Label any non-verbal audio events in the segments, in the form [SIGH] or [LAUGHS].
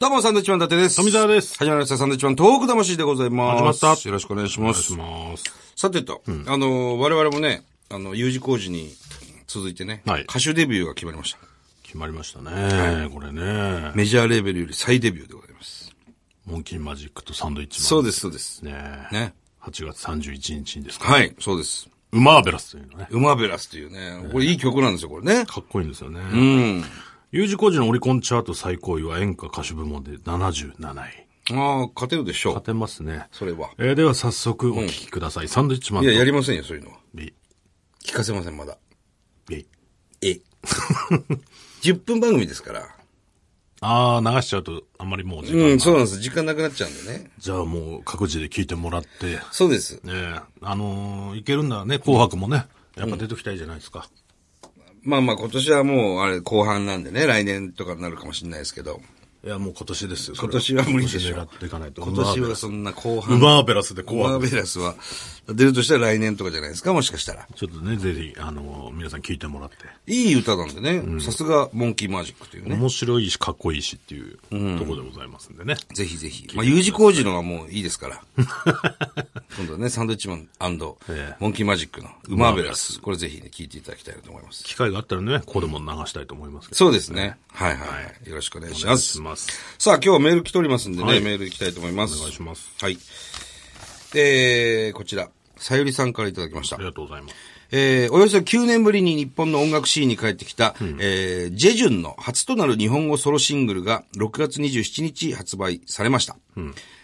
どうも、サンドイッチマン伊達です。富澤です始まりました、サンドイッチマントーク魂でございます。始まったよろしくお願いします。お願いします。さてと、あの、我々もね、あの、U 字工事に続いてね、はい歌手デビューが決まりました。決まりましたね。これね。メジャーレーベルより再デビューでございます。モンキーマジックとサンドイッチマン。そうでです、そうです。すね。ね。 8月31日にですか。はい、そうです。ウマーベラスというのね。ウマベラスというね、これいい曲なんですよ、これね。かっこいいんですよね。うん。 U 字工事のオリコンチャート最高位は演歌歌手部門で77位。ああ、勝てるでしょう勝。てますね。それは。えーでは早速お聞きください。サンドイッチマンいとや、やりませんよ、そういうのは。ビ聞かせません、まだ。ビ [LAUGHS] え。10分番組ですから。あー、流しちゃうとあんまりもう時間が、うん、そうなんです。時間なくなっちゃうんでね。じゃあもう各自で聞いてもらって。そうです。ねえあのーいけるんならね、紅白もね、やっぱ出てきたいじゃないですか。まあまあ今年はもう、あれ、後半なんでね、来年とかになるかもしれないですけど、いや、もう今年ですよ。今年は無理でしょ今年狙っていかないと。今年はそんな後ウ半、マーベラスでウ紅マー白。ベラスは、出るとしたら来年とかじゃないですか、もしかしたら。ちょっとね、ぜひ、あの、皆さん聞いてもらって。いい歌なんでね、さすが、モンキーマジックというね。面白いし、かっこいいしっていうところでございますんでね。ぜひぜひ。まあ、U 字工事のはもういいです [LAUGHS] から。今度はね、サンドイッチマンええモンキーマジックのウマーベラス。これぜひね、聞いていただきたいなと思います。機会があったらね、ここでも流したいと思いますけど。そうですね。はいはいはい。よろしくお願いしましす。ます。さあ、今日はメール来ておりますんでね、はいメール行きたいと思います。お願いします。はい。えー、こちら、さゆりさんからいただきましたあり。がとうございます。えー、およそ9年ぶりに日本の音楽シーンに帰ってきた、えー、ジェジュンの初となる日本語ソロシングルが6月27日発売されました。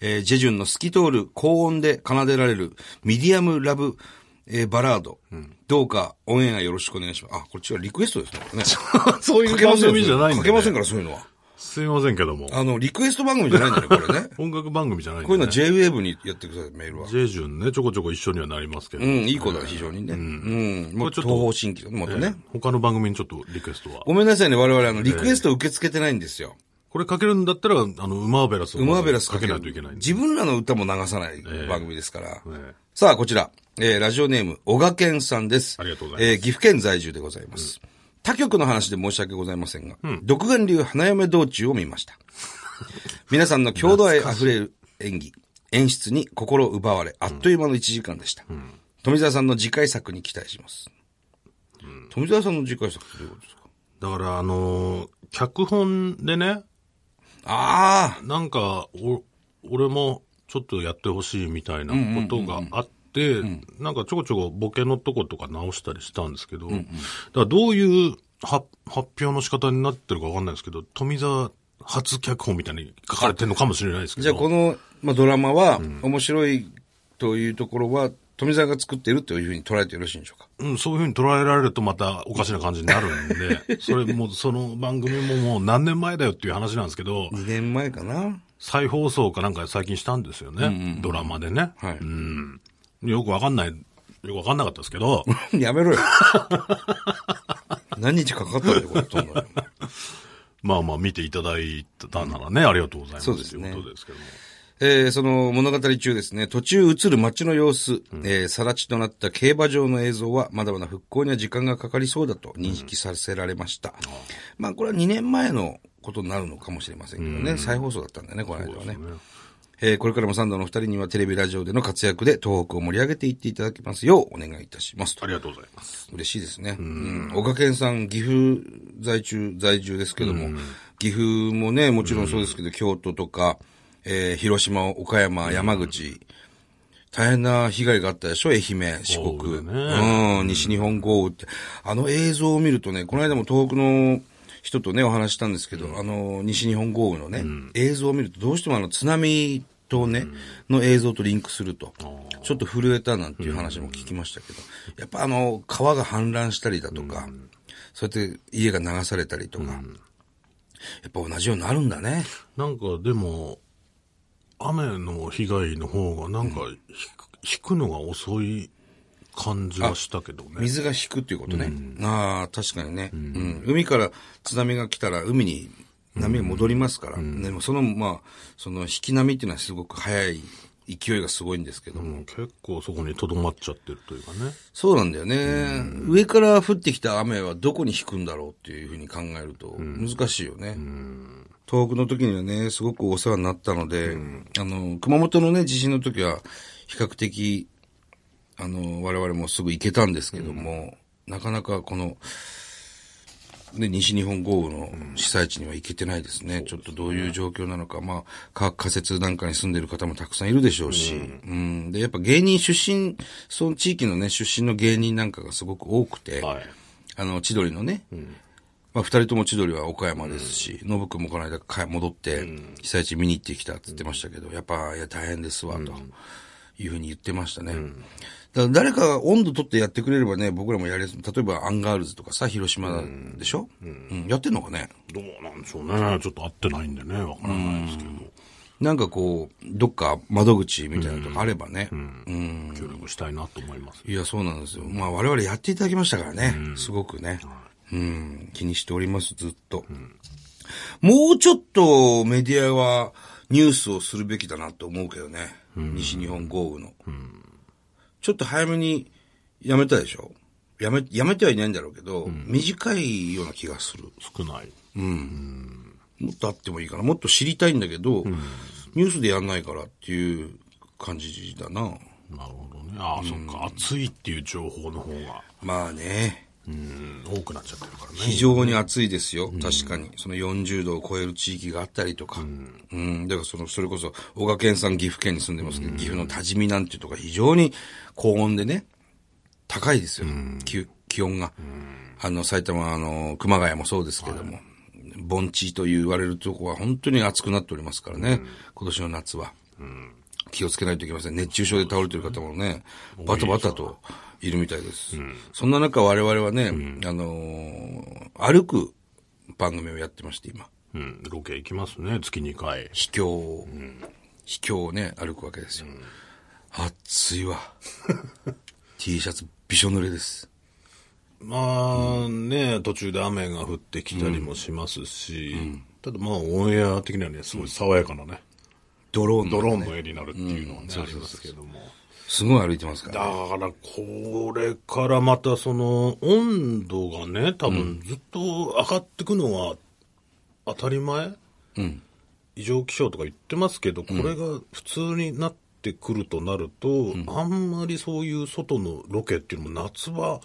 えージェジュンの透き通る高音で奏でられるミディアムラブ、えーバラード。どうかオンエアよろしくお願いします。あ、これ違う、リクエストですね。これね [LAUGHS] そうかけませんよ番組じゃないんでねかけませんから、そういうのは。すいませんけども。あの、リクエスト番組じゃないんだね、こ [LAUGHS] れね。音楽番組じゃないんで、ね。こういうのは JWAVE にやってください、メールは。ジェジュンね、ちょこちょこ一緒にはなりますけど。うん、いい子だ、非常にね。うん。もうちょ東っと方新規もっとね。他の番組にちょっとリクエストは。ごめんなさいね、我々、あの、リクエストを受け付けてないんですよ。これかけるんだったら、あの、ウマーベラスをウマーベラスかけないといけないんで。自分らの歌も流さない番組ですから。ええさあ、こちら。えーラジオネーム、小賀健さんです。ありがとうございまえすー岐阜県在住でございます。他局の話で申し訳ございませんが、独眼流花嫁道中を見ま [LAUGHS] した。皆さんの郷土愛溢れる演技、演出に心を奪われ、あっという間の1時間でした。富澤さんの次回作に期待します。富澤さんの次回作ってどういうことですかだから、あのー脚本でね、ああ、なんか、お、俺もちょっとやってほしいみたいなことがあって、なんかちょこちょこボケのとことか直したりしたんですけど、だからどういうは発表の仕方になってるかわかんないですけど、富澤初脚本みたいに書かれてるのかもしれないですけど。じゃあこの、まあ、ドラマは、面白いというところは、富澤が作ってるというふうに捉えてよろしいんでしょうかうん、そういうふうに捉えられるとまたおかしな感じになるん [LAUGHS] で、それもうその番組ももう何年前だよっていう話なんですけど、 ?2 年前かな再放送かなんか最近したんですよね。ドラマでね。はい。よくわかんない、よくわかんなかったですけど、 [LAUGHS] やめろよ。何日かかったんだよ、これ撮んのに。まあまあ見ていただいたならね、ありがとうございます。そうですねということですけども。えーその物語中ですね、途中映る街の様子、えーさら地となった競馬場の映像は、まだまだ復興には時間がかかりそうだと認識させられました。まあ、これは2年前のことになるのかもしれませんけどね、再放送だったんだよね、この間はね。えーこれからもサンドのお二人にはテレビラジオでの活躍で東北を盛り上げていっていただきますようお願いいたしますとあ。りがとうございます。嬉しいですね。うん。岡健さん、岐阜在中、在住ですけども、岐阜もね、もちろんそうですけど、京都とか、えー広島、岡山、山口、大変な被害があったでしょ愛媛、四豪国。雨でねうん、西日本豪雨って。あの映像を見るとね、この間も東北の人とね、お話ししたんですけど、あの、西日本豪雨のね、映像を見ると、どうしてもあの、津波とね、の映像とリンクすると。ちょっと震えたなんていう話も聞きましたけど、やっぱあの、川が氾濫したりだとか、そうやって家が流されたりとか、やっぱ同じようになるんだね。なんかでも、雨の被害の方がなんか引く,、のが遅い感じはしたけどね。水が引くっていうことね。ああ、確かにね、うん海から津波が来たら海に波が戻りますから。でもその、まあ、その引き波っていうのはすごく早い、勢いがすごいんですけども。うん結構そこにとどまっちゃってるというかね。そうなんだよね、上から降ってきた雨はどこに引くんだろうっていうふうに考えると難しいよね。東北の時にはね、すごくお世話になったので、あの、熊本のね、地震の時は、比較的、あの、我々もすぐ行けたんですけども、なかなかこの、ね、西日本豪雨の被災地には行けてないですね。ちょっとどういう状況なのか、まあ、科学仮説なんかに住んでる方もたくさんいるでしょうし、うん、で、やっぱ芸人出身、その地域のね、出身の芸人なんかがすごく多くて、はい。あの、千鳥のね、まあ、二人とも千鳥は岡山ですし、ノブ君もこの間帰戻って、被災地見に行ってきたって言ってましたけど、やっぱ、いや、大変ですわ、というふうに言ってましたね。だから誰かが温度取ってやってくれればね、僕らもやれ、例えばアンガールズとかさ、広島でしょ、うんやってんのかねどうなんでしょうね。ちょっと合ってないんでね、わからないですけど、なんかこう、どっか窓口みたいなのとかあればね。うん協力したいなと思います。いや、そうなんですよ。まあ、我々やっていただきましたからね。すごくね。うん。気にしております、ずっと。もうちょっとメディアはニュースをするべきだなと思うけどね。西日本豪雨の。ちょっと早めにやめたでしょやめ、やめてはいないんだろうけど、短いような気がする。少ない。もっとあってもいいかな。もっと知りたいんだけど、ニュースでやんないからっていう感じだな。なるほどね。ああ、そっか。暑いっていう情報の方が、まあね。うん、多くなっちゃってるからね。非常に暑いですよ、確かに。その40度を超える地域があったりとか。うん。だからその、それこそ、小賀県産岐阜県に住んでますけど、岐阜の多治見なんていうとか非常に高温でね、高いですよ、気気温が。あの、埼玉、あの、熊谷もそうですけども、盆地と言われるとこは本当に暑くなっておりますからね、今年の夏は。気をつけないといけません。熱中症で倒れてる方もね、バタバタといるみたいです。そんな中我々はね、あのー歩く番組をやってまして、今。うん、ロケ行きますね。月2回。秘境を、秘境をね、歩くわけですよ。暑いわ。T シャツびしょ濡れです。まあね、途中で雨が降ってきたりもしますし、ただまあオンエア的にはね、すごい爽やかなね、ドローンのドローンの絵になるっていうのはね、ありますけども。すごい歩いてますからだ。から、これからまたその、温度がね、多分ずっと上がってくのは当たり前、異常気象とか言ってますけど、これが普通になってくるとなると、あんまりそういう外のロケっていうのも夏は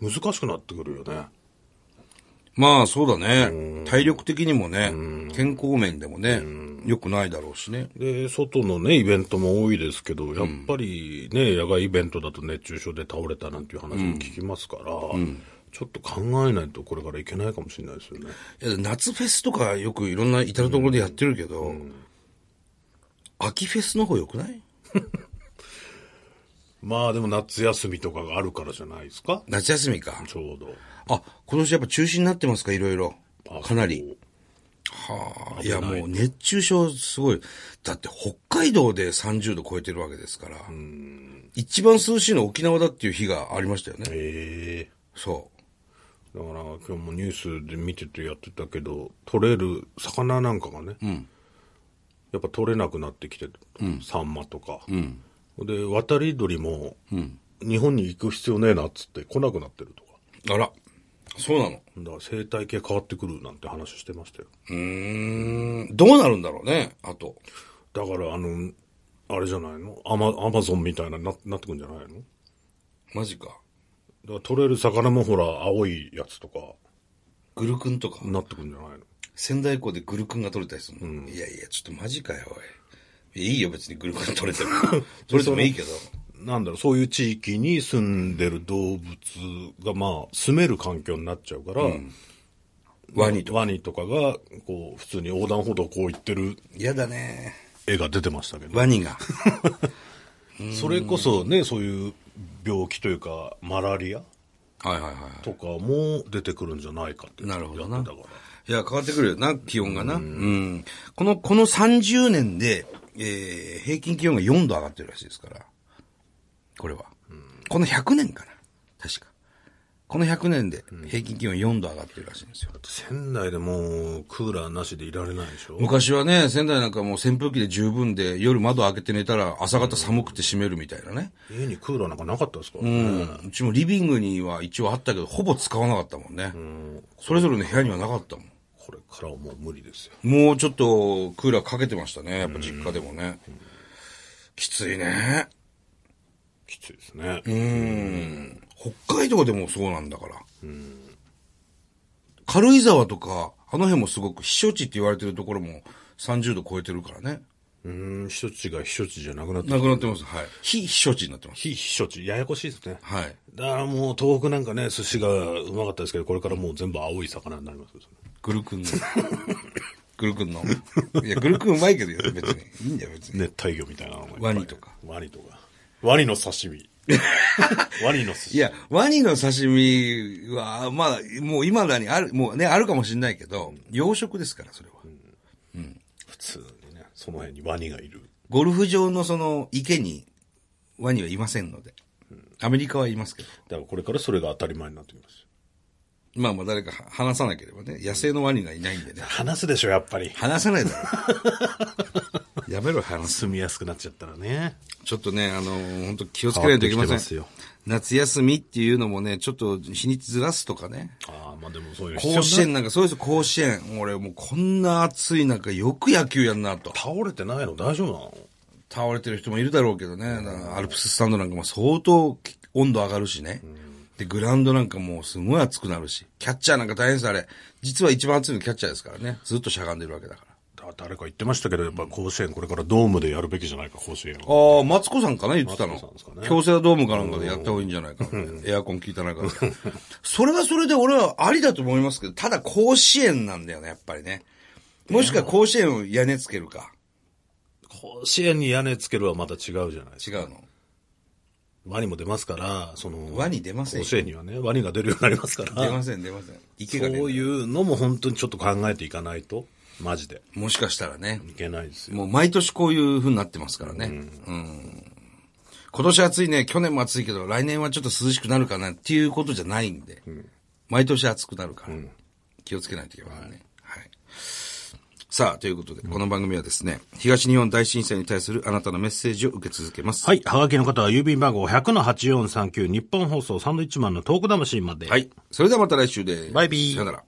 難しくなってくるよね。まあそうだね。体力的にもね、健康面でもね、良くないだろうしね。で、外のね、イベントも多いですけど、やっぱりね、野外イベントだと熱中症で倒れたなんていう話も聞きますから、ちょっと考えないとこれからいけないかもしれないですよね。いや夏フェスとかよくいろんな至るところでやってるけど、秋フェスの方良くないまあでも夏休みとかがあるからじゃないですか、夏休みか。ちょうど。あ、今年やっぱ中止になってますか、いろいろあ。かなり。はあ。いや、もう熱中症すごい。だって北海道で30度超えてるわけですから。一番涼しいのは沖縄だっていう日がありましたよね。ええそう。だから今日もニュースで見ててやってたけど、取れる魚なんかがね、やっぱ取れなくなってきてる。サンマとか。で、渡り鳥も、日本に行く必要ねえなっつって来なくなってるとか。あら。そうなの。だから生態系変わってくるなんて話してましたよ。うーん。どうなるんだろうね、あと。だからあの、あれじゃないのアマアマゾンみたいなななってくんじゃないのだかマジか。ら取れる魚もほら、青いやつとか、グルクンとか。なってくんじゃないの仙台港でグルクンが取れたりするの。いやいや、ちょっとマジかよ、おい。いいよ、別にグルクン取れて [LAUGHS] も。取れてもいいけど。なんだろう、そういう地域に住んでる動物が、まあ、住める環境になっちゃうから、ワニと。とワニとかが、こう、普通に横断歩道をこう行ってる嫌だね。絵が出てましたけど、ワニが。それこそね、そういう病気というか、マラリアはいはいはい。とかも出てくるんじゃないかってなるほどなやってたから。いや、変わってくるよな、気温がな。うん。この、この30年で、えー、平均気温が4度上がってるらしいですから。これは。この100年かな。確か。この100年で平均気温4度上がってるらしいんですよ。仙台でもうクーラーなしでいられないでしょ昔はね、仙台なんかもう扇風機で十分で、夜窓開けて寝たら朝方寒くて閉めるみたいなね。家にクーラーなんかなかったですからうね。ん。うちもリビングには一応あったけど、ほぼ使わなかったもんね。それぞれの部屋にはなかったもん。これからはもう無理ですよ。もうちょっとクーラーかけてましたね。やっぱ実家でもね。きついね。きついですね。北海道でもそうなんだから。軽井沢とか、あの辺もすごく避暑地って言われてるところも30度超えてるからね。うん、避暑地が避暑地じゃなくなってなくなってます。はい。非避暑地になってます。非避暑地、ややこしいですね。はい。だからもう東北なんかね、寿司がうまかったですけど、これからもう全部青い魚になりますけどねグルクンの。グルクンの。いや、グルクンうまいけどよ、別に。いいんだよ、別に。熱帯魚みたいなのがいっぱいワニとか。ワニとか。ワニの刺身。 [LAUGHS] ワニの寿い司。や、ワニの刺身は、まあ、もう今だにある、もうね、あるかもしれないけど、養殖ですから、それは。普通にね、その辺にワニがいる。ゴルフ場のその池にワニはいませんので。アメリカはいますけど。だからこれからそれが当たり前になってきますよ。まあまあ誰か話さなければね。野生のワニがいないんでね。話すでしょ、やっぱり。話さないだ [LAUGHS] ろ。やめろ、話す。住みやすくなっちゃったらね。ちょっとね、あの本当気をつけないといけま変わってせきてますんよ。夏休みっていうのもね、ちょっと日にちずらすとかね。ああ、まあでもそういう必要甲な子園なんか、そうです、甲子園。俺もうこんな暑い中、よく野球やんなと。倒れてないの大丈夫なの倒れてる人もいるだろうけどね。だからアルプススタンドなんかも相当き温度上がるしね。で、グラウンドなんかもうすごい暑くなるし。キャッチャーなんか大変です、あれ。実は一番暑いのキャッチャーですからね。ずっとしゃがんでるわけだから。だ誰か言ってましたけど、やっぱ甲子園これからドームでやるべきじゃないか、甲子園を。ああ、マツコさんかな言ってたのマツコさんですか。ね京セラドームかなんかでやった方がいいんじゃないかって。エアコン効いた中で。それはそれで俺はありだと思いますけど、ただ甲子園なんだよね、やっぱりね。もしくは甲子園を屋根つけるか。甲子園に屋根つけるはまた違うじゃないです違か。うの。ワニも出ますから、その、ワニ出ません甲よ子園にはね、ワニが出るようになりますから。出ません、出ません。池がねそういうのも本当にちょっと考えていかないと、マジで。もしかしたらね。いけないですよ。もう毎年こういう風になってますからね。うん。今年暑いね、去年も暑いけど、来年はちょっと涼しくなるかなっていうことじゃないんで。毎年暑くなるから、気をつけないといけないね。はい。さあ、ということで、この番組はですね、東日本大震災に対するあなたのメッセージを受け続けます。はい。はがきの方は郵便番号100-8439日本放送サンドイッチマンのトーク魂まで。はい。それではまた来週で。バイビーさよなら。